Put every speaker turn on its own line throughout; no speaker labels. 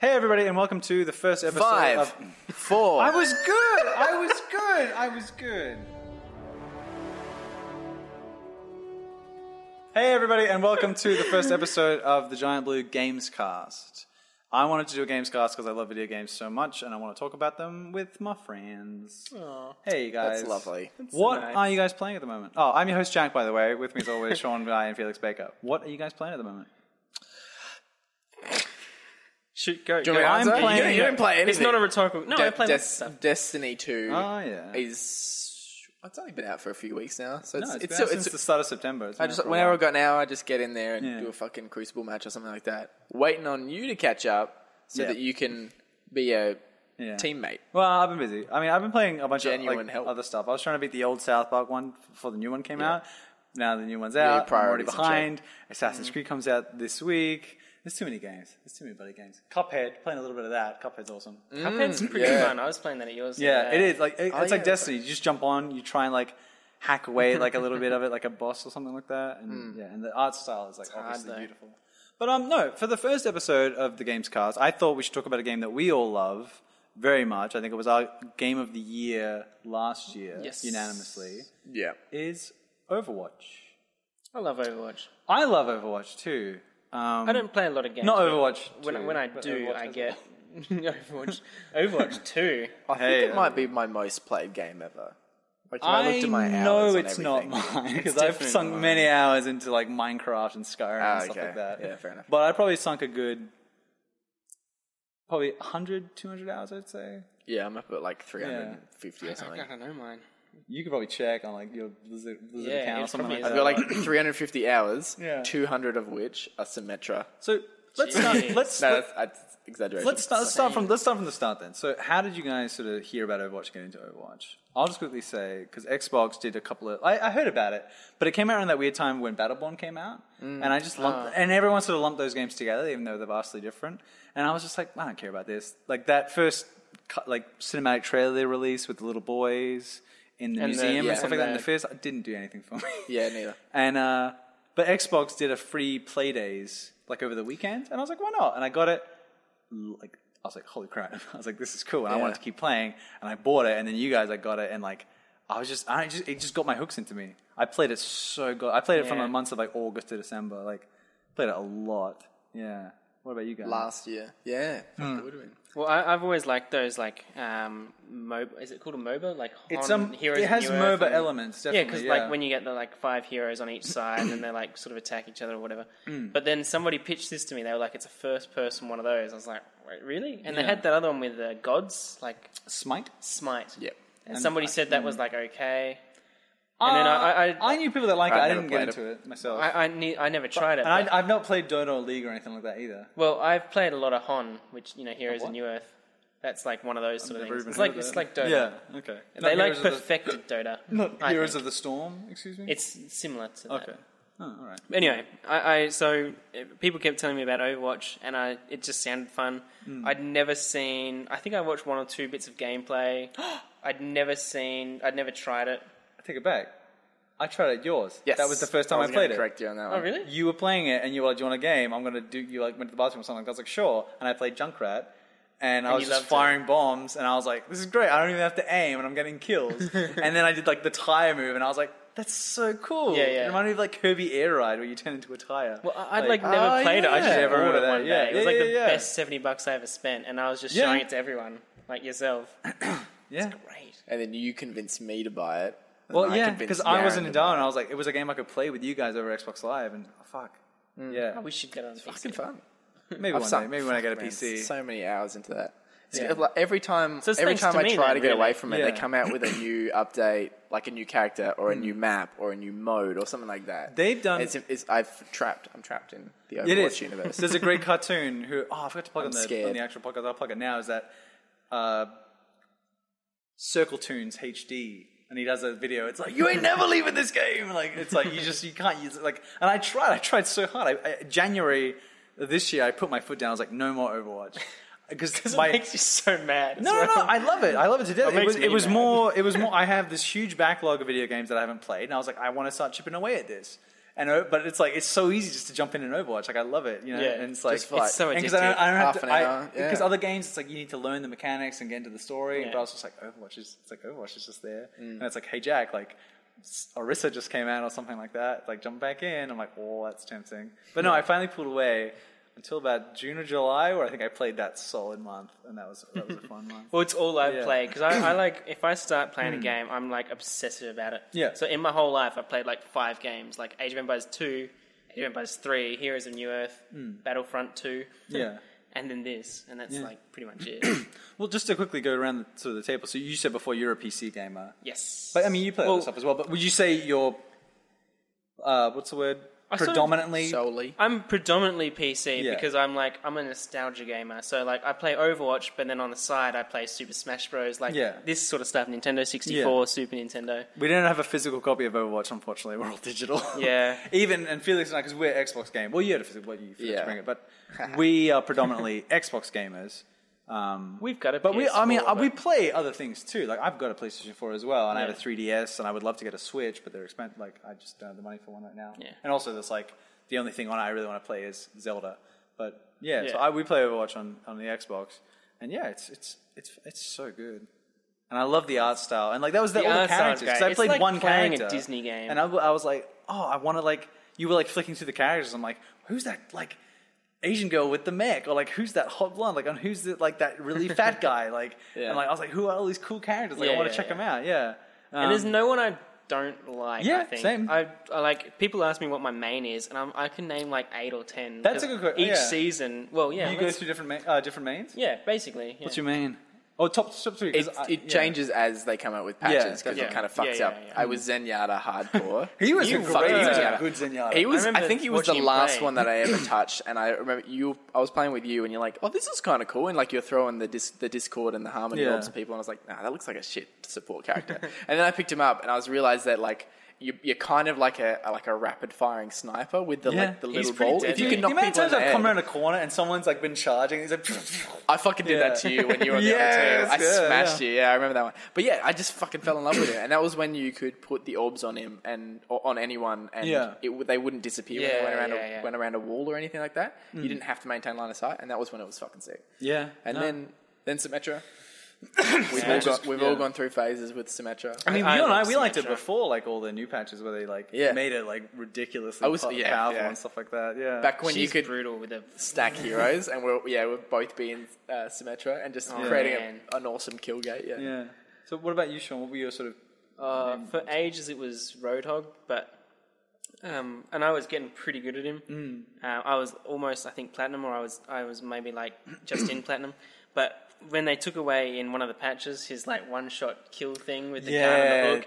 Hey everybody, and welcome to the first episode
Five,
of.
four.
I was good. I was good. I was good. Hey everybody, and welcome to the first episode of the Giant Blue Gamescast. I wanted to do a Gamescast because I love video games so much, and I want to talk about them with my friends. Hey you guys,
That's lovely.
What
nice.
are you guys playing at the moment? Oh, I'm your host Jack, by the way. With me as always, Sean Guy and Felix Baker. What are you guys playing at the moment?
Shoot, go.
Do you
go.
want me to
I'm
answer?
playing-
You don't- you don't play anything.
It's not a rhetorical. No,
De-
I play
Des-
lots of stuff.
Destiny Two
Oh yeah,
is. It's only been out for a few weeks now, so
No,
it's,
it's,
it's,
been out
still-
since
it's
the start of September. It's
I
been out
just
for a
whenever
while.
I got an hour, I just get in there and
Yeah.
do a fucking crucible match or something like that. Waiting on you to catch up so
Yeah.
that you can be a
Yeah.
teammate.
Well, I've been busy. I mean, I've been playing a bunch of
Genuine
like,
help.
other stuff. I was trying to beat the old South Park one before the new one came out. Now the new one's out. I'm already
priorities Mm-hmm. in check.
behind. Assassin's Creed comes out this week. There's too many games. There's too many bloody games. Cuphead, playing a little bit of that. Cuphead's awesome.
Cuphead's pretty
yeah.
fun. I was playing that at yours.
Yeah, it is. Like it,
Oh,
it's
Mm. yeah.
like Destiny. You just jump on. You try and like hack away at, like a little bit of it, like a boss or something like that.
Mm.
And yeah, and the art style is like obviously
though.
beautiful. But um, no, for the first episode of the Games Cast, I thought we should talk about a game that we all love very much. I think it was our game of the year last year,
Yes.
unanimously.
Yeah.
Is Overwatch.
I love Overwatch.
I love Overwatch too. Um,
I don't play a lot of games.
not
but
Overwatch.
When,
too,
when I
but
do,
Overwatch
I
is-
get Overwatch. Overwatch two.
I
Hey, um,
think it might be my most played game ever. Like, if I,
I
looked at my hours
know
on
it's not
everything-
mine because I've
definitely
sunk many hours into like Minecraft and Skyrim
Ah,
and stuff
okay.
like that.
Yeah, fair enough.
But I probably sunk a good, probably 100, 200 hours, I'd say.
Yeah, I'm up at like 350 or something.
I don't know mine.
You could probably check on like your Blizzard, Blizzard
Yeah,
account or
it's
something
probably
like that.
is.
I've got like 350 hours,
Yeah.
200 of which are Symmetra.
uh,
so let's start,
Jeez.
let's
No,
let,
that's, that's exaggeration.
us start, let's start from let's start from the start then. So how did you guys sort of hear about Overwatch? and Get into Overwatch? I'll just quickly say because Xbox did a couple of I, I heard about it, but it came out around that weird time when Battleborn came out,
Mm.
and I just lumped
Ah.
and everyone sort of lumped those games together, even though they're vastly different. And I was just like, I don't care about this. Like that first cut, like cinematic trailer they released with the little boys in the
And the-
museum
yeah,
and stuff
and
like that in
the-
the first didn't do anything for me.
Yeah, neither.
And uh, but Xbox did a free play days like over the weekend, and I was like, why not? And I got it. Like I was like, holy crap! I was like, this is cool, and I wanted
Yeah.
to keep playing, and I bought it, and then you guys, I got it, and like I was just, I just, it just got my hooks into me. I played it so good. I played it from
Yeah.
the months of like August to December. Like played it a lot. Yeah. What about you guys?
Last year. Yeah. Fuck, it would've been.
Well, I, I've always liked those like um, mob. Is it called a MOBA? Like
It's
on
um,
heroes.
it has
of New Earth
MOBA
and-
elements.
Yeah,
Definitely,
because like when you get the like five heroes on each side and they like sort of attack each other or whatever.
Mm.
But then somebody pitched this to me. They were like, "It's a first-person one of those." I was like, Wait, "Really?" And they
Yeah.
had that other one with the gods, like
Smite.
Smite.
Yep.
And,
And
somebody
I-
said that was like okay. And then I- I- I-
I knew people that like it.
I've
I
never
didn't get
played it.
into it myself.
I I, ne- I never tried it.
and I,
but-
I've not played Dota or League or anything like that either.
well, I've played a lot of Hon, which you know, Heroes of
what?
New Earth. That's like one of those sort of
Never
things.
even
It's
heard
like
of
it's
it.
like Dota.
Yeah, okay.
They
Not
like
Heroes of the-
perfected Dota.
Not
I
Heroes
think.
of the Storm, excuse me.
It's similar to that.
okay. Oh, all right.
Anyway, I, I so uh, people kept telling me about Overwatch, and I it just sounded fun. I'd never seen. I think I watched one or two bits of gameplay. I'd never seen. I'd never tried it.
I take it back. I tried it at yours.
Yes.
That was the first time I,
was gonna
played it.
correct you on that one.
Oh, really?
You were playing it, and you were like, "Do you want a game? I'm gonna do." You like went to the bathroom or something. I was like, "Sure," and I played Junkrat. And, I
And
was
you
just
loved it.
firing bombs, and I was like, "This is great! I don't even have to aim, and I'm getting kills." and then I did like the tire move, and I was like, "That's so cool!"
Yeah, yeah.
It reminded me of like Kirby Air Ride, where you turn into a tire.
Well, I- I'd like, never
Oh,
played it. I
yeah.
just
Never
bought
heard of
it
that,
one day.
yeah.
It was
Yeah,
like the
yeah, yeah.
best seventy bucks I ever spent, and I was just
Yeah.
showing it to everyone, like yourself.
yeah.
Great.
And then you convinced me to buy it. and
Well,
I
yeah,
convinced
because I
Yaron
wasn't in
to buy
Darwin. I was like, it was a game I could play with you guys over Xbox Live, and oh, fuck,
Mm.
yeah,
We should get on.
it. Fucking
PC.
fun.
maybe one day,
sunk-
maybe when I
fuck,
get a
man,
PC.
So many hours into that. It's
Yeah.
like every time,
So it's
every
thanks
time
to
I
me
try
then,
to get
really.
away from it,
Yeah. Hmm.
they come out with a new update, like a new character or a new map or a new mode or something like that.
They've done-
It's, it's, I've trapped. I'm trapped in the Overwatch
It is.
universe.
There's a great cartoon who oh I forgot to plug on the,
scared.
on the actual podcast. I'll plug it now. Is that uh, Circle Tunes HD? And he does a video. It's like you ain't never leaving this game. Like it's like you just you can't use it. Like and I tried. I tried so hard. I, I, January this year, I put my foot down. I was like, no more Overwatch because
It
my
makes you so mad.
No, no, no! I love it. I love it to death.
That
It
makes
was,
me
it was
mad.
more. It was more. I have this huge backlog of video games that I haven't played, and I was like, I want to start chipping away at this. And o- but it's like it's so easy just to jump in an Overwatch. Like I love it, you know.
Yeah,
and it's like
just for, like, It's
so
and 'cause I don't, I don't have
addictive.
to,
Half
I-
an hour, yeah.
Because other games, it's like you need to learn the mechanics and get into the story.
Yeah.
But I was just like Overwatch is it's like Overwatch is just there,
Mm.
and it's like Hey Jack, like s- Orisa just came out or something like that. Like jump back in. I'm like, oh, that's tempting. But no, I finally pulled away until about June or July, where I think I played that solid month, and that was that was a fun month.
Well, it's all I
Yeah. Hmm.
play because I, I like if I start playing a game, I'm like obsessive about it.
Yeah.
So in my whole life, I've played like five games, like Age of Empires two, Age of Empires three, Heroes of New Earth, Battlefront two,
Yeah.
and then this, and that's
Hmm. Yeah.
like pretty much it.
Well, just to quickly go around the, to the table. So you said before you're a PC gamer.
yes.
But I mean, you play
Well,
other stuff as well. But would you say you're, uh, what's the word?
I sort of-
Predominantly.
solely.
I'm predominantly PC
Yeah.
because I'm like I'm a nostalgia gamer. So like I play Overwatch, but then on the side I play Super Smash Bros. Like
Yeah.
this sort of stuff, Nintendo 64, Super Nintendo.
we don't have a physical copy of Overwatch, unfortunately. We're all digital.
Yeah.
Even and Felix and I, because we're Xbox game. Well, you had a physical. Well, you forgot
Yeah.
to bring it, but we are predominantly Xbox gamers. Um,
We've got a
But we, I mean, uh,
PS4,
we
but-
play other things too. Like I've got a PlayStation 4 as well, and I
Yeah.
have a 3DS, and I would love to get a Switch, but they're expensive. Like I just don't have the money for one right now.
Yeah.
And also, that's like the only thing on I really want to play is Zelda. But yeah, so
Yeah.
I, we play Overwatch on, on the Xbox, and yeah, it's it's it's it's so good. And I love the art style, and like that was the,
The
all the
art style's
characters. 'cause
great.
I
It's
played
like
one
playing a
character,
Disney game.
and I, w- I was like, oh, I want to like. You were like flicking through the characters. I'm like, who's that? Like. Asian girl with the mech, or like who's that hot blonde? Like, on who's the, like that really fat guy? Like, and like I was like, who are all these cool characters? Like,
Yeah,
I want
yeah,
to check
yeah.
them out. Yeah, um,
and there's no one I don't like. I
Yeah,
think.
same.
I, I like people ask me what my main is, and I'm, I can name like eight or ten.
That's a
of
good que-
Each
yeah.
season, well, yeah,
you go
let's-
through different ma- uh, different mains.
yeah, basically. Yeah.
What's your main? Oh, top top three. 'cause
It,
I-
it
yeah.
uh, changes as they come out with patches because
Yeah,
it kind of
yeah,
fucks
yeah,
up.
yeah.
I was Zenyatta hardcore.
He was
You
a
fucking
great Zenyatta.
Zenyatta.
Good Zenyatta.
He was. I,
I remember
think he was the
watching him
last
play.
one that I ever touched, and I remember you. I was playing with you, and you're like, "Oh, this is kind of cool," and like you're throwing the dis, the Discord and the Harmony
Yeah.
yeah. to people, and I was like, "Nah, that looks like a shit support character." and then I picked him up, and I was realized that like. You, you're kind of like a like a rapid firing sniper with the
Yeah.
like the
He's
little
pretty
ball. If
deadly.
you
The
can knock
amount of
people in
times
the
I've come
head,
around a corner and someone's like been charging, he's like,
I fucking did
Yeah.
that to you when you were on the
Yes,
other team. I
yeah,
smashed
yeah.
you. Yeah, I remember that one. But yeah, I just fucking fell in love with it, and that was when you could put the orbs on him and or on anyone, and
Yeah.
it, would- they wouldn't disappear when
Yeah,
they went around,
yeah,
a,
yeah.
went around a wall or anything like that. You didn't have to maintain line of sight, and that was when it was fucking sick.
yeah.
And
Mm. no.
then then Symmetra. We've, all,
Symmetra's-
got, we've
yeah.
all gone through phases with Symmetra.
I mean,
I
you and I,
love
we liked it
Symmetra.
before, like all the new patches where they like
Yeah.
made it like ridiculously
I was-
po-
yeah,
powerful
yeah.
and stuff like that. Yeah,
Back when
She's
you could
brutal with a
stack heroes, and we're yeah we're both being uh, Symmetra and just
Oh,
creating
man.
a, an awesome kill gate. Yeah.
yeah. So what about you, Sean? What were your sort of
Uh, for ages, it was Roadhog, but um, and I was getting pretty good at him. Mm. Uh, I was almost, I think, platinum, or I was, I was maybe like just in platinum. But when they took away in one of the patches his like one shot kill thing with the gun
Yeah.
and the hook,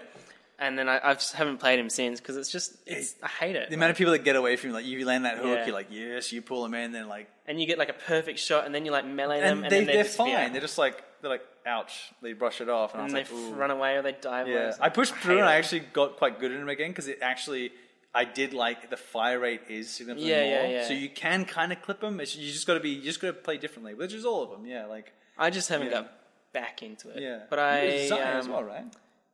and then I, I just haven't played him since because it's just, it's, I hate it.
the amount of people that get away from you, like you land that hook,
Yeah.
you're like, yes, you pull them in, then like,
and you get like a perfect shot, and then you like melee them,
and,
and,
they,
then they
they're
disappear.
fine. They're just like, they're like, ouch. They brush it off, and,
and
I
they
was like, Ooh.
f- run away or they die.
Yeah, I pushed through and I actually got quite good at him again because it actually I did like the fire rate is significantly
Yeah, yeah,
more,
yeah.
so you can kind of clip him. It's, you just got to be you just got to play differently, which is all of them. Yeah, like
I just haven't
Yeah.
got back into it.
yeah,
but I
You were Zarya as
um,
well, right?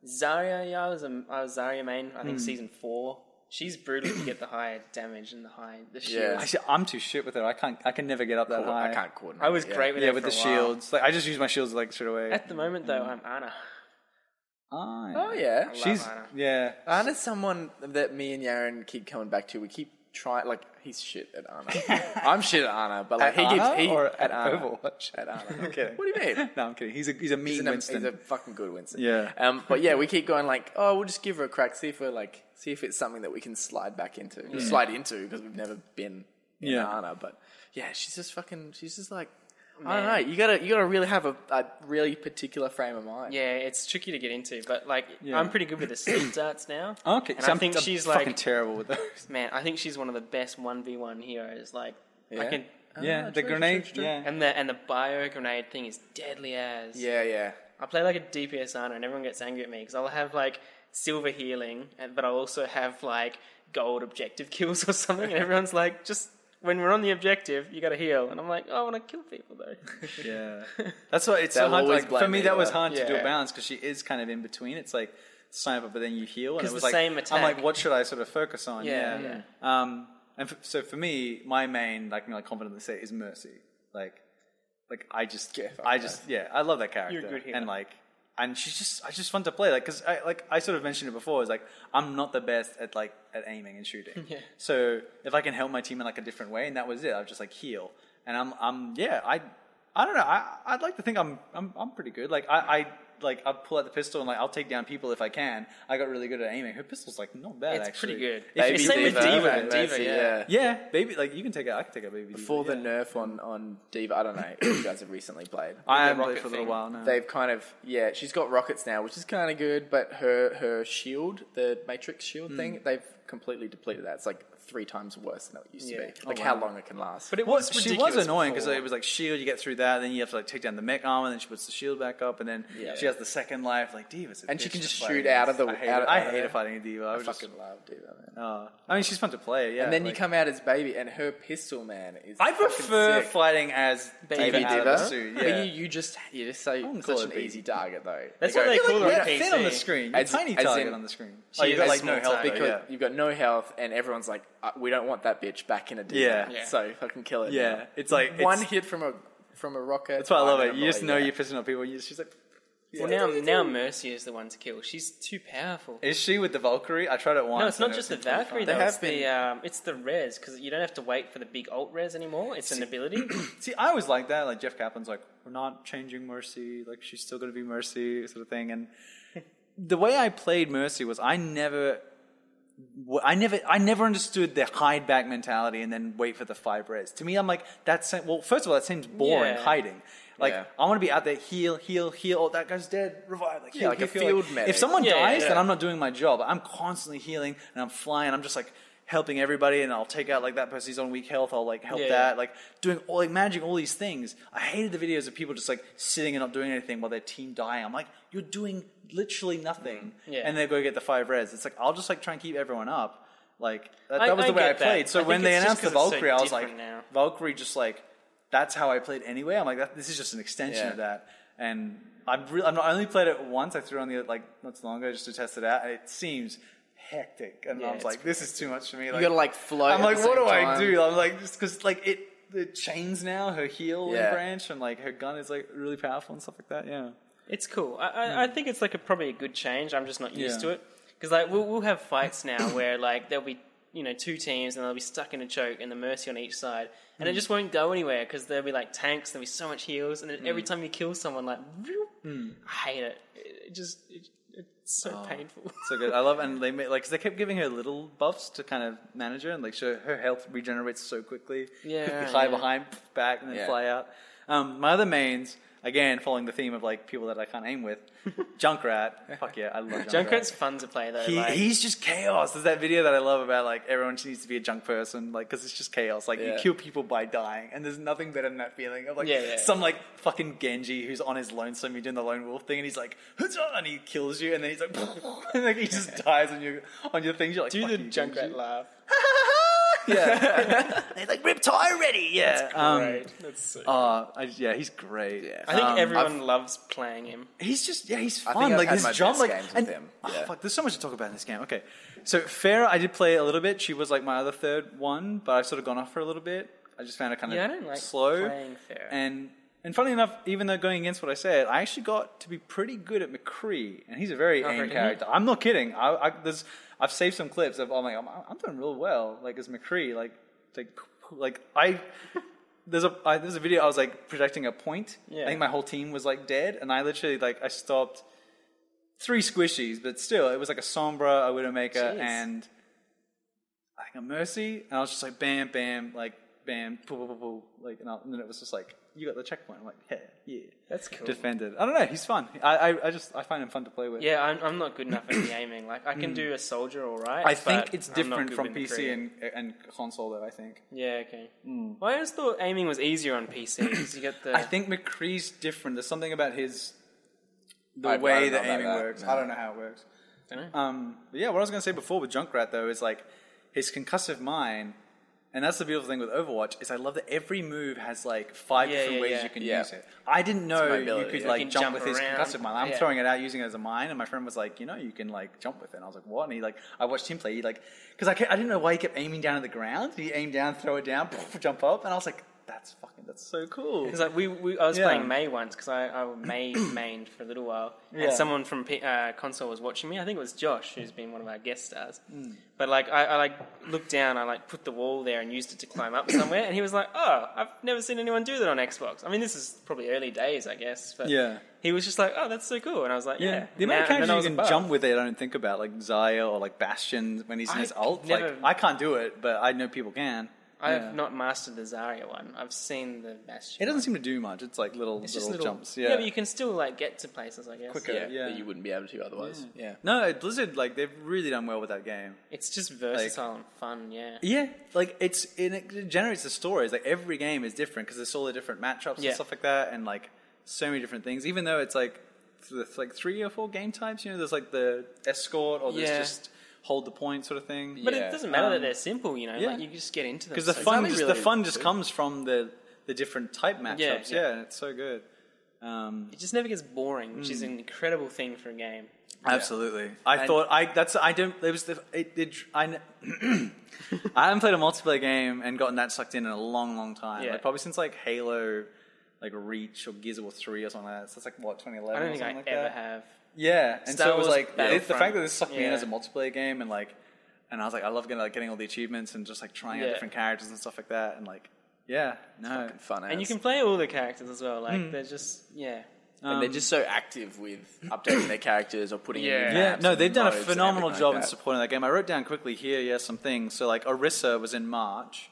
Zarya, yeah, I was a, I was Zarya main. I think
Hmm.
season four. She's brutal to get the high damage and the high the shields.
I see, I'm too shit with it. I can't. I can never get up that high.
I can't coordinate.
I was
yeah.
great with
Yeah,
her
with
for
the
a while.
shields, like I just use my shields like straight away.
At the moment, though,
Hmm.
I'm Anna.
Ah,
Oh yeah,
love
she's
Anna.
yeah.
Anna's someone that me and Yaron keep coming back to. We keep trying, like he's shit at Anna. I'm shit at Anna, but like
At
he
Anna
keeps he,
or at
Anna.
Overwatch?
At Anna.
I'm kidding.
What do you mean?
No, I'm kidding. He's a he's a mean
He's, an,
Winston.
he's a fucking good Winston.
Yeah.
Um, but yeah, we keep going like, oh, we'll just give her a crack, see if we're like, see if it's something that we can slide back into, slide into, because we've never been in
Yeah.
Anna. But yeah, she's just fucking, she's just like, I don't know. You gotta, you gotta really have a, a really particular frame of mind.
Yeah, it's tricky to get into, but like
Yeah.
I'm pretty good with the sleep darts now.
okay,
and
so
I
I'm-
think
I'm
she's
fucking
like,
terrible with those.
man, I think she's one of the best one v one heroes. Like, I
Yeah?
can,
Yeah, the
Oh, true,
grenade.
true, true.
Yeah,
and the and the bio grenade thing is deadly as.
Yeah, yeah.
I play like a DPS Ana and everyone gets angry at me because I'll have like silver healing, and, but I'll also have like gold objective kills or something, and everyone's like, just when we're on the objective, you gotta heal, and I'm like, oh, I want to kill people though.
Yeah, that's why it's so
They'll
hard. to,
always
Like, for
blame
me,
me,
that was
though.
hard to do a
Yeah.
balance because she is kind of in between. It's like sniper, but then you heal. And
'Cause
it was
the
like,
same
I'm like,
attack.
what should I sort of focus on?
Yeah,
Yeah. Um, and f- so for me, my main, I can like confidently say, is Mercy. Like, like I just,
Yeah, fuck
I
that.
just, yeah, I love that character.
You're a good healer.
And like, and she's just, it's just fun to play. Like, cause I, like I sort of mentioned it before. Is like, I'm not the best at like at aiming and shooting.
Yeah.
So if I can help my team in like a different way, and that was it. I would just like heal, and I'm, I'm, yeah, I, I don't know. I, I'd like to think I'm, I'm, I'm pretty good. Like I, I. Like I'll pull out the pistol and like I'll take down people if I can. I got really good at aiming. Her pistol's like not bad.
It's
actually.
pretty good.
If you
Baby
same with
Diva,
Diva.
man. Diva, yeah.
Yeah, baby. Like you can take it. I can take a baby.
Before
Diva,
the
yeah.
nerf on on Diva, I don't know if you guys have recently played.
I
the
haven't played
rocket
for a little
thing.
while now.
They've kind of yeah, she's got rockets now, which is kind of good. But her her shield, the Matrix shield thing, they've completely depleted that. It's like three times worse than it used
Yeah.
to be.
Oh,
Like
wow.
how long it can last.
But it
Well,
was
she was
ridiculous
annoying because
before.
it was like shield. E You get through that, then you have to like take down the mech armor, then she puts the shield E back up, and then
Yeah.
she has the second life. Like Diva's, a
And she
bitch
can
to
just
fight
shoot
against.
out of the-
I hate,
out
it.
of-
I
yeah.
hated fighting a Diva. I
I
was just,
fucking love Diva, man.
uh, I mean, she's fun to play. Yeah,
and then you
like-
come out as baby, and her pistol man is.
I
fucking
prefer
sick.
fighting as
Baby
Diva, out of
Diva.
the suit. Yeah,
But you, you just you just say
wouldn't
such
call
an
it baby.
easy target though.
That's
They
what
go-
they
you're
cooler
like
on
that thin on the
PC.
screen. You're
As-
tiny
as
target
in-
on the screen. Oh,
She is a small
though,
target.
because
yeah.
you've got no health, and everyone's like, uh, "We don't want that bitch back in a Diva."
Yeah.
Yeah.
So fucking kill it.
Yeah,
now.
it's like-
one
it's-
hit from a from a rocket.
That's why I love it.
I'm
You just
like,
know
yeah.
you're pissing off people. You just, she's like,
Well, now now Mercy is the one to kill. She's too powerful.
is she with the Valkyrie? I tried it once.
No, it's
and
not
it
just the
was completely fine.
Valkyrie. Though.
They
It's
have
the
been-
um, it's the res because you don't have to wait for the big alt res anymore. It's an ability.
See, I always like that. Like Jeff Kaplan's like, we're not changing Mercy. Like she's still going to be Mercy, sort of thing. And the way I played Mercy was I never, w- I never, I never understood the hide back mentality and then wait for the five res. To me, I'm like that's well. First of all, that seems boring
Yeah.
hiding. Like
Yeah.
I want to be out there, heal, heal, heal. Oh, that guy's dead. Revive. Like, heal,
like
heal,
a
heal.
field
Like,
medic.
If someone
Yeah,
dies,
yeah.
then I'm not doing my job. I'm constantly healing and I'm flying. I'm just like helping everybody, and I'll take out like that person who's on weak health. I'll like help
Yeah,
that
yeah.
like doing all like managing all these things. I hated the videos of people just like sitting and not doing anything while their team dying. I'm like, you're doing literally nothing,
Mm-hmm. Yeah.
and they go get the five res. It's like I'll just like try and keep everyone up. Like that,
I-
that was
I
the way I
get that.
played. So
I
when
think
they
it's
announced
just
the
'cause it's so
Valkyrie, I was like,
different now.
Valkyrie just like that's how I played anyway. I'm like, that, this is just an extension
Yeah.
of that. And I've really, I've not- I only played it once. I threw it on the like not too long ago just to test it out, and it seems hectic. And I
Yeah,
was
it's
like, this is too much for me.
You gotta like float.
I'm
at
like,
the
what do
same
I
time.
do? I'm like, just because like it, the chains now, her heel
Yeah.
and branch, and like her gun is like really powerful and stuff like that. Yeah,
it's cool. I, I, I think it's like a, probably a good change. I'm just not used
Hmm. Yeah.
to it because like we'll we'll have fights now where like there'll be you know two teams and they'll be stuck in a choke and the mercy on each side and
Hmm.
it just won't go anywhere because there'll be like tanks. There'll be so much heals and then
Hmm.
every time you kill someone, like I hate it. It, it just it, it's so
Oh.
painful.
so good. I love, and they made like 'cause they kept giving her little buffs to kind of manage her, and like so her health regenerates so quickly.
Yeah,
fly
yeah.
behind, back, and then
Yeah.
fly out. Um, my other mains, again, following the theme of like people that I can't aim with, Junkrat. Fuck yeah, I love Junkrat.
Junkrat's fun to play though.
He,
like,
he's just chaos. There's that video that I love about like everyone just needs to be a junk person, like because it's just chaos. Like you
Yeah.
kill people by dying, and there's nothing better than that feeling of like
Yeah, yeah.
some like fucking Genji who's on his lonesome, you're doing the lone wolf thing, and he's like, "Huzzah!" and he kills you, and then he's like, and like he just dies on your on your things. You're like,
do
"Fuck
the
you,
Junkrat
Genji."
laugh.
yeah, And he's like Riptide ready. Yeah, um,
Great. That's so
uh, I- yeah, he's great.
Yeah.
I think
Um,
everyone loves playing him.
He's just yeah, he's
I
fun.
think I've
like
had
his
my
drum,
best
like
games with
and
him.
oh,
Yeah.
fuck, there's so much to talk about in this game. Okay, so Farah, I did play a little bit. She was like my other third one, but I've sort of gone off for a little bit. I just found it kind of
Yeah, I don't like
slow.
playing Farah.
And and funnily enough, even though going against what I said, I actually got to be pretty good at McCree, and he's a very aim
Oh, really?
character. I'm not kidding. I, I there's I've saved some clips of I'm like I'm, I'm doing real well. Like as McCree, like like like I. There's a I, there's a video I was like projecting a point.
Yeah.
I think my whole team was like dead, and I literally like I stopped three squishies, but still it was like a Sombra, a Widowmaker,
Jeez.
and I think a Mercy, and I was just like bam, bam, like bam, pull, pull, pull, pull, like, and, I, and then it was just like you got the checkpoint. I'm like, yeah, yeah,
That's cool.
defended. I don't know, he's fun. I, I, I just I find him fun to play with.
Yeah, I'm, I'm not good enough at the aiming. Like I can do a soldier all right.
Mm. I think
but
it's
I'm not
different
good
from
with the
PC
creative.
and and console though. I think.
yeah, okay. Well, I always thought aiming was easier on PC because you get the.
I think McCree's different. There's something about his the
I- I
way
don't know
the
about
aiming
that,
works.
no.
I don't know how it works.
Dunno.
Um, but yeah, what I was gonna say before with Junkrat though is like his concussive mind And that's the beautiful thing with Overwatch is I love that every move has like five
Yeah,
different
yeah,
ways
yeah.
you can
Yeah.
use it. I didn't know you
mobility,
could
yeah.
like
You can
jump,
jump
with his
around.
concussive mine. I'm
Yeah.
throwing it out using it as a mine, and my friend was like, you know, you can like jump with it. And I was like, what? And he like, I watched him play. He like, because I, kept- I didn't know why he kept aiming down at the ground. He aimed down, throw it down, jump up, and I was like, that's fucking that's so cool.
Because like we, we, I was
Yeah.
playing May once because I, I May mained for a little while,
Yeah.
and someone from P, uh, console was watching me. I think it was Josh, who's been one of our guest stars.
Hmm.
But like I, I like looked down, I like put the wall there and used it to climb up somewhere, and he was like, "Oh, I've never seen anyone do that on Xbox." I mean, this is probably early days, I guess. But
Yeah.
he was just like, "Oh, that's so cool," and I was like, "Yeah."
The amount of
And then I
characters
was
you can
above.
jump with it, I don't think about like Zaya or like Bastion when he's in
I
his ult.
never-
Like I can't do it, but I know people can.
I
Yeah.
have not mastered the Zarya one. I've seen the
It
Bastion.
doesn't seem to do much. It's like little
It's
little,
just little
jumps. Yeah.
but you can still like get to places, I guess.
Quicker.
Yeah,
Yeah.
that you wouldn't be able to otherwise. Yeah.
No, Blizzard like they've really done well with that game.
It's just versatile and fun, yeah.
Yeah, like it's and it generates the stories. Like every game is different because there's all the different matchups
Yeah.
and stuff like that, and like so many different things. Even though it's like th- it's like three or four game types, you know, there's like the escort or there's
Yeah.
just hold the point sort of thing.
But
Yeah.
it doesn't matter
Um,
that they're simple, you know.
yeah.
Like you just get into them.
because the
so
fun
something
just, the
really
fun just
good.
comes from the the different type matchups. Yeah,
yeah.
and it's so good. Um,
it just never gets boring, which
Mm.
is an incredible thing for a game.
Absolutely. I thought I that's I don't it was the it did I kn- I haven't played a multiplayer game and gotten that sucked in in a long long time.
Yeah.
Like probably since like Halo like Reach or Gears of War 3 or something like that. So that's like what 2011
I don't
or
think I
something like
ever
that.
have.
Yeah, and
Star
so it was
Wars
like it, the fact
Battlefront.
that this sucked me in
Yeah.
as a multiplayer game and like and I was like I love getting like getting all the achievements and just like trying out
Yeah.
different characters and stuff like that and like yeah, no.
Fucking Fun
And you
ass.
can play all the characters as well. Like
Mm.
they're just yeah.
Um,
and they're just so active with updating their characters or putting in
um, Yeah.
new
Yeah,
maps
no,
and
they've done a
modes and
phenomenal
everything
job
like
in
that.
supporting that game. I wrote down quickly here, yeah, some things. So like Orisa was in March,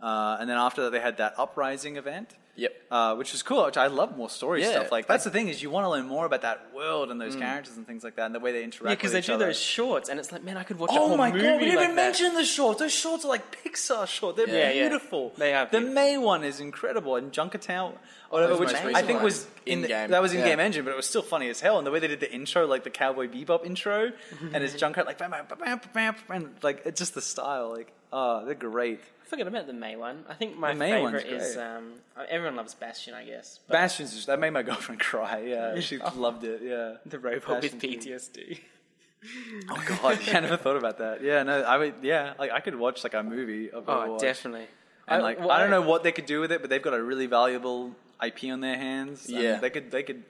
uh, and then after that they had that Uprising event.
Yep.
Uh, which was cool. Which I love more story
Yeah, Hmm.
stuff. Like that's the thing is you want to learn more about that world and those characters and things like that, and the way they interact.
Yeah, because they
with each
do
other.
those shorts, and it's like, man, I could watch a
Oh
whole
my god!
movie
We didn't
like
even
that.
mention the shorts. Those shorts are like Pixar shorts. They're
Yeah, yeah.
beautiful.
They are
The
beautiful.
May one is incredible, and Junkertown, or whatever,
Those
which
most
I
recent
think was
ones.
in the,
In-game.
that was in
Yeah.
game engine, but it was still funny as hell. And the way they did the intro, like the Cowboy Bebop intro, and it's Junker like bam, bam, bam, bam, bam, and like it's just the style. Like, oh, they're great.
I forgot about the May one. I think my
The May one's
favorite is
great.
um, everyone loves Bastion, I guess. But
Bastion's just, that made my girlfriend cry. Yeah, she loved it. Yeah,
the robot with
Bastion's-
PTSD.
Oh god, yeah, I never thought about that. Yeah, no, I would. Yeah, like I could watch like a movie. Of
Oh,
Overwatch.
definitely.
And like,
well,
I don't know what they could do with it, but they've got a really valuable IP on their hands. and
Yeah.
they could, they could,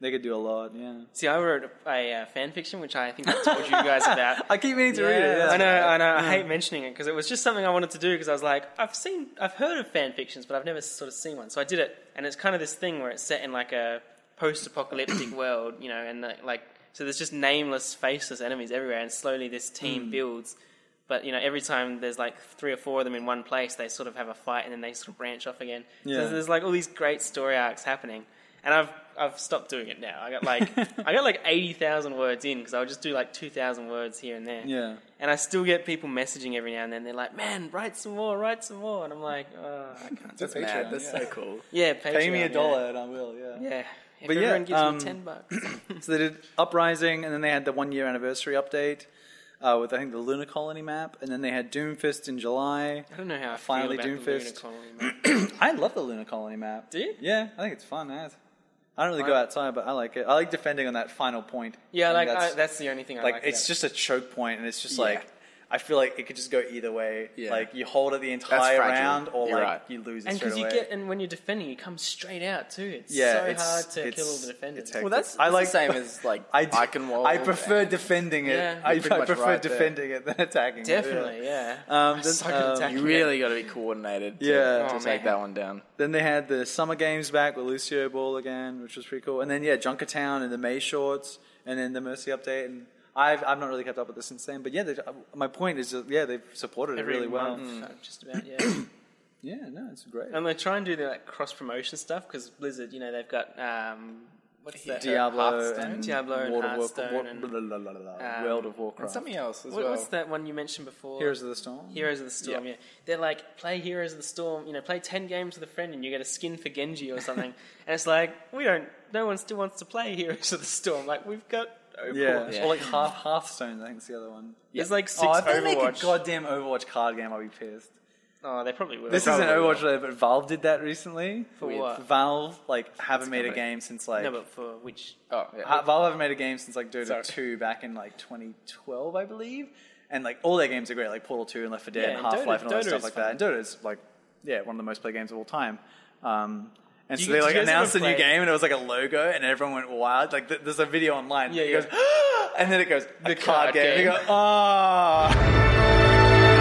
they could do a lot. Yeah,
See, I wrote a uh, fan fiction, which I think I told you guys about.
I keep meaning to read it. Yeah.
I know, I know. I hate mentioning it because it was just something I wanted to do because I was like, I've seen, I've heard of fan fictions, but I've never sort of seen one. So I did it, and it's kind of this thing where it's set in like a post-apocalyptic world, you know, and like- like so there's just nameless, faceless enemies everywhere, and slowly this team
Mm.
builds. But you know, every time there's like three or four of them in one place, they sort of have a fight, and then they sort of branch off again. So
Yeah.
there's- there's like all these great story arcs happening, and I've I've stopped doing it now. I got like I got like eighty thousand words in because I'll just do like two thousand words here and there.
Yeah.
And I still get people messaging every now and then. They're like, "Man, write some more, write some more," and I'm like, oh, I can't.
That's
Mad, that's so cool.
"Yeah, Patreon,
Pay me
yeah.
a dollar and I will. Yeah.
Yeah, if
But yeah,
everyone gives
um,
me ten bucks.
So they did Uprising, and then they had the one year anniversary update uh, with I think the Lunar Colony map, and then they had Doomfist in July.
I don't know how I
Finally
feel about
Doomfist.
the Lunar Colony, man.
I love the Lunar Colony map.
Do you?
Yeah, I think it's fun. As I don't really go
I-
outside, but I like it. I like defending on that final point.
Yeah,
I think
like that's,
that's-
I, that's the only thing I like.
like it's
about
just a choke point and it's just
Yeah.
like I feel like it could just go either way.
Yeah.
Like you hold it the entire
fragile.
round or
You're
like
right.
you lose
it.
it
and
straight
because
away.
you get and when you're defending, you come straight out too. It's
yeah,
so
it's,
hard to
it's,
kill all the defenders.
It's hectic.
Well, that's-
I
that's the
like
same as, like,
I d-
Icon
I
Wall
prefer defending it.
Yeah.
I, I
You're pretty much
prefer
right there.
defending it than attacking.
Definitely,
It,
yeah.
yeah. Um, then,
so good
um,
attack.
You really got to be coordinated to,
Yeah.
to
Oh,
take
man.
that one down.
then they had the summer games back with Lucio Ball again, which was pretty cool. And then yeah, Junkertown and the May shorts, and then the Mercy update. And I've I've not really kept up with this since then. But yeah, they- uh, my point is that, yeah they've supported
Every
it really well.
Mm.
Mm.
month, uh, just about yeah.
Yeah, no, it's great.
And they try and do the like cross promotion stuff because Blizzard, you know, they've got um, what's that?
Diablo
Hearthstone?
and
Diablo and
World of
Hearthstone
Warcraft,
and,
blah, blah, blah, blah, blah,
um,
World of Warcraft,
And something else as
What,
well.
What's that one you mentioned before?
Heroes of the Storm.
Heroes of the Storm.
Yeah.
Yeah. they're like play Heroes of the Storm. You know, play ten games with a friend and you get a skin for Genji or something. and it's like we don't. No one still wants to play Heroes of the Storm. Like we've got. oh, Overwatch.
yeah.
Yeah.
or like Half Hearthstone. I think it's the other one.
There's like six
Oh, if they make a
Overwatch.
goddamn Overwatch card game, I'll be pissed.
Oh, they probably will.
This
is-
isn't
Probably
Overwatch related, but Valve did that recently.
For
Weird.
what?
Valve like haven't made a
company.
game since like
no, but for which?
Oh, yeah.
Ha- Valve haven't made a game since like Dota
Sorry.
2 back in like 2012, I believe. And like all their games are great, like Portal 2 and Left 4 Dead
Yeah,
and
and
Half Life
Dota-
and all that
Dota
stuff
is
like that. And Dota is like, yeah, one of the most played games of all time. Um, and
Do
so
you-
they
do
like
you guys ever
announced a new
play-
game and it was like a logo and everyone went wild. Like th- there's a video online.
Yeah,
it
yeah.
goes, and then it goes, the card,
card
game.
game.
You go, "Oh," ah.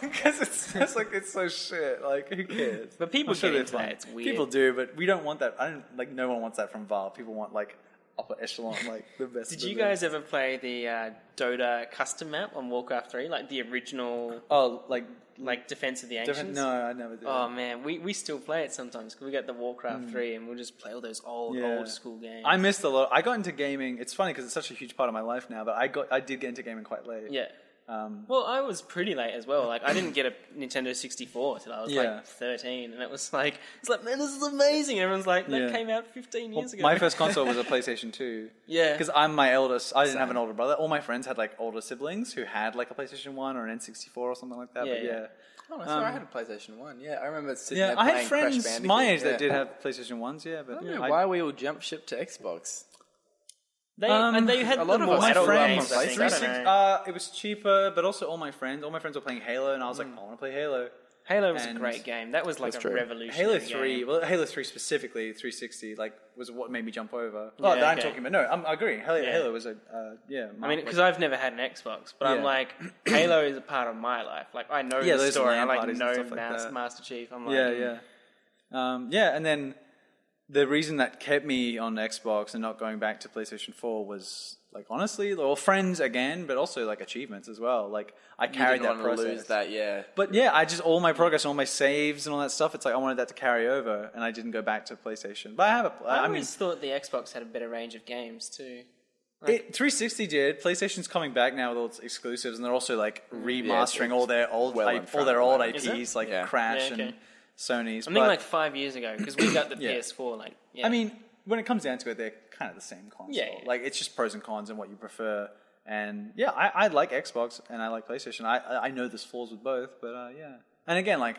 Because it's just like it's so shit. Like who cares?
But people
I'm sure
get
they're
into
fine.
that. It's weird.
People do, but we don't want that. I don't like. No one wants that from Valve. People want like upper echelon, like the best. of
Did
the
you
best.
guys ever play the uh, Dota custom map on Warcraft Three, like the original,
Oh, like
like Defense of the Ancients?
different? No, I never did.
Oh man, we, we still play it sometimes 'cause we got the Warcraft Three, and we'll just play all those old
Yeah.
old school games.
I missed a lot. I got into gaming. It's funny because it's such a huge part of my life now. But I got, I did get into gaming quite late.
yeah.
Um,
Well, I was pretty late as well. Like, I didn't get a Nintendo 64 till I was
Yeah.
like 13, and it was like, it's like, man, this is amazing. And everyone's like, that
Yeah.
came out 15 years ago.
my first console was a PlayStation Two.
Yeah.
Because I'm my eldest. I didn't have an older brother. All my friends had like older siblings who had like a PlayStation One or an N64 or something like that.
Yeah,
but
yeah.
yeah.
Oh, I saw I had a PlayStation One. Yeah, I remember sitting
Yeah,
there
I
playing
had
Crash
friends
Bandicoot.
my age
Yeah.
that did have PlayStation ones. Yeah,
I
but
don't know
I-
why we all jumped ship to Xbox.
They,
Um,
and they had
a
a
lot
lot
of
the
us
more
my
adult
friends,
games, I think. I don't
360
know.
uh, it was cheaper, but also all my friends, all my friends were playing Halo, and I was
Mm.
like, I want to play Halo.
Halo was
and-
a great game. That was like a
That's true.
revolution.
Halo Three, well, Halo Three specifically, 360, like was what made me jump over. Oh,
Yeah,
that I'm
okay.
talking about. No, I'm agreeing. Halo,
Yeah.
Halo was a uh, yeah.
I mean, because I've never had an Xbox, but
Yeah.
I'm like, Halo is a part of my life. Like, I know
Yeah,
the
those
story. I
LAN
like
parties and
know
stuff like
Mas-
that.
Master Chief. I'm like, mm.
yeah, yeah, um, yeah, and then the reason that kept me on Xbox and not going back to PlayStation Four was like honestly, well, friends again, but also like achievements as well. Like I
You
carried
didn't
that
want to
process.
lose that, yeah.
But yeah, I just all my progress, all my saves, and all that stuff. It's like I wanted that to carry over, and I didn't go back to PlayStation. But I have a.
I,
I mean,
always thought the Xbox had a better range of games too.
it, 360 did. PlayStation's coming back now with all its exclusives, and they're also like remastering all their old
Mm, well
I-
in
all
front
their
of
old
that.
IPs,
Is it?
like
Yeah.
Crash
Yeah, okay.
and Sony's.
I'm thinking
but-
like five years ago because we got the
Yeah.
PS4. Like, yeah.
I mean, when it comes down to it, they're kind of the same console.
Yeah, yeah.
Like it's just pros and cons and what you prefer. And yeah, I, I like Xbox and I like PlayStation. I I- I know there's flaws with both, but uh, yeah. And again, like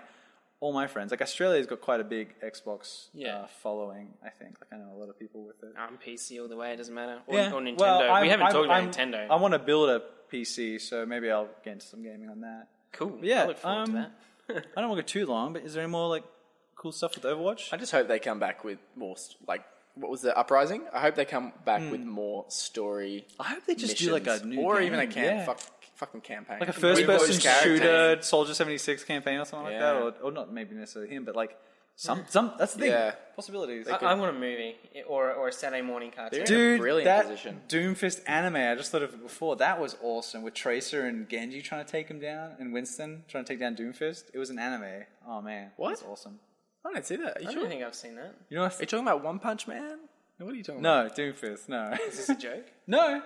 all my friends, like Australia's got quite a big Xbox uh,
Yeah.
following. I think like I know a lot of people with it.
I'm PC all the way. It doesn't matter. Or,
yeah.
or Nintendo.
Well, I'm-
we haven't
I'm-
talked
I'm-
about Nintendo.
I want to build a PC, so maybe I'll get into some gaming on that.
cool.
yeah,
I look forward
um,
to that.
I don't want to go too long, but is there any more like cool stuff with Overwatch?
I just hope they come back with more, s- like, what was the Uprising? I hope they come back with more story.
Hmm. I hope they just do, like,
missions.
a new
Or even a
game,
camp,
yeah.
fuck, fucking campaign.
like a first person
We've got his
shooter
character.
soldier 76 campaign or something
Yeah.
like that or, or not maybe necessarily him but like some some that's the thing
Yeah.
possibilities Uh,
I, I want a movie or or a Saturday morning cartoon.
Dude. in a
dude
brilliant
that
position.
doomfist anime i just thought of it before that was awesome with tracer and genji trying to take him down and winston trying to take down doomfist it was an anime oh man
What?
that's awesome
I don't see that. Are you,
I
sure?
don't
Are
think I've seen that.
you know what
you talking about One Punch Man? What are you talking about?
no doomfist no
Is this a joke?
no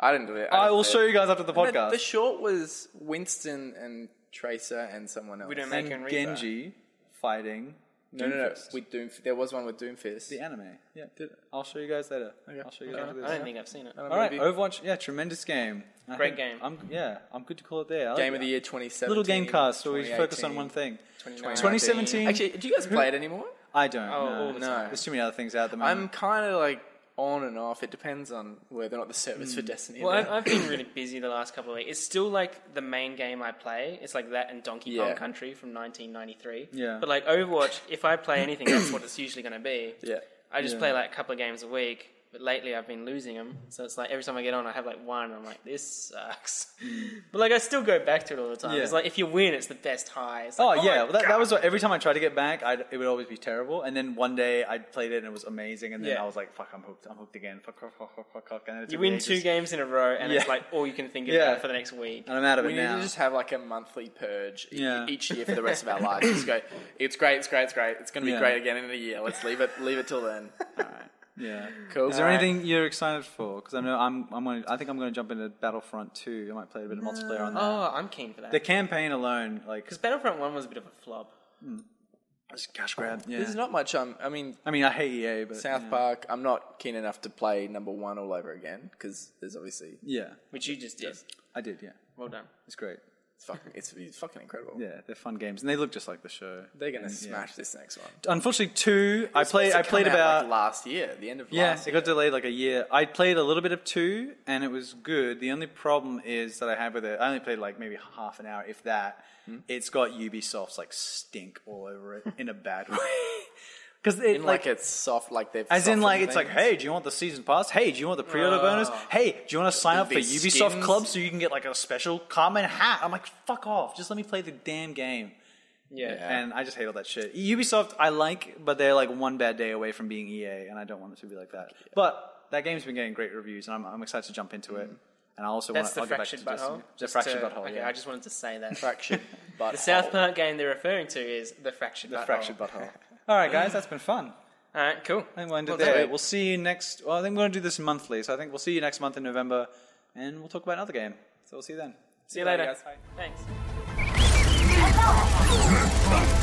I didn't do it.
i
didn't
will
do it.
show you guys after the
But
podcast
The short was Winston and Tracer and someone else.
We don't make
and
and Reaper.
genji fighting
No, no, no.
Doomfist.
With Doomf- there was one with Doomfist.
the anime yeah i'll show you guys later i'll show you guys
I
after this
don't think I've seen it.
I don't
All right,
movie.
Overwatch, yeah, tremendous game. I
Great
think
game.
I'm yeah, I'm good to call it there. I like
Game of
that.
the Year 2017.
Little game cast where we focus on
2018,
one thing.
2019.
2017.
Actually, do you guys play it anymore?
I don't.
Oh,
know.
all the
No. time.
There's too many other things out at the moment.
I'm kind of like on and off. It depends on whether or not the service
Hmm.
for Destiny.
Well,
is
I've,
there.
I've been really busy the last couple of weeks. It's still like the main game I play. It's like that and Donkey
Yeah.
Kong Country from 1993.
Yeah.
But like Overwatch, if I play anything, that's what it's usually going to be.
yeah.
I just
Yeah.
play like a couple of games a week. But lately, I've been losing them. So it's like every time I get on, I have like one. And I'm like, this sucks. But like, I still go back to it all the time.
Mm. Yeah.
It's like if you win, it's the best high. It's
Oh,
like,
yeah,
my
well, that, that
God.
was what, every time I tried to get back, I'd, it would always be terrible. And then one day I played it and it was amazing. And then
Yeah.
I was like, "Fuck, I'm hooked. I'm hooked again." Fuck, fuck, fuck, fuck, fuck, fuck. And it
You
took
win
me
two
ages.
games in a row, and it's
Yeah.
like all you can think
Yeah. Uh,
about for the next week.
and I'm out of
We
it
need
now.
to just have like a monthly purge e-
Yeah.
each year for the rest of our lives. Just go. It's great. It's great. It's great. It's going to be
Yeah.
great again in a year. Let's leave it. Leave it till then.
yeah.
Cool.
Is there
All right.
anything you're excited for? Because I know I'm. I'm gonna, I think I'm going to jump into Battlefront 2. I might play a bit of multiplayer on that.
Oh, I'm keen for that.
The campaign alone, like
Because Battlefront One was a bit of a flop.
Just cash grab. Yeah.
There's not much. Um, I mean,
I mean, I hate EA, but
South
yeah.
Park. I'm not keen enough to play number one all over again because there's obviously
Yeah,
Which you just did.
I did. Yeah,
Well done.
it's great.
it's fucking it's, it's fucking incredible.
Yeah, they're fun games, and they look just like the show.
They're gonna
And, yeah.
smash this next one.
Unfortunately, two. I play.
Supposed to
I played
come out,
about.
like, last year, the end of
yeah,
last
it
year.
got delayed like a year. I played a little bit of two, and it was good. The only problem is that I had with it. I only played like maybe half an hour, if that.
Hmm?
It's got Ubisoft's like stink all over it in a bad way. Because it
In
like,
like, it's soft, like they've
As in,
softened
like, it's like,
things.
hey, do you want the season pass? Hey, do you want the pre-order bonus? Hey, do you want to sign up for
big
Ubisoft
Uh, skins.
Club so you can get like a special Carmen hat? I'm like, fuck off! Just let me play the damn game.
Yeah.
Yeah.
And I just hate all that shit. Ubisoft, I like, but they're like one bad day away from being EA, and I don't want it to be like that. But that game's been getting great reviews, and I'm, I'm excited to jump into it. And I also want
That's the
I'll get back
fractured
to Destiny.
butthole.
Mm-hmm. The
Just
fractured
to-
butthole.
Okay,
yeah.
I just wanted to say that.
fractured, but oh.
the South Park game they're referring to is the fractured
the
butthole.
fractured butthole. all right, guys, that's been fun.
All right, cool.
I think we'll end it
Well,
there.
done.
We'll see you next. Well, I think we're going to do this monthly, so I think we'll see you next month in November, and we'll talk about another game. So we'll see you then.
See you later.
guys.
Thanks.
Hello.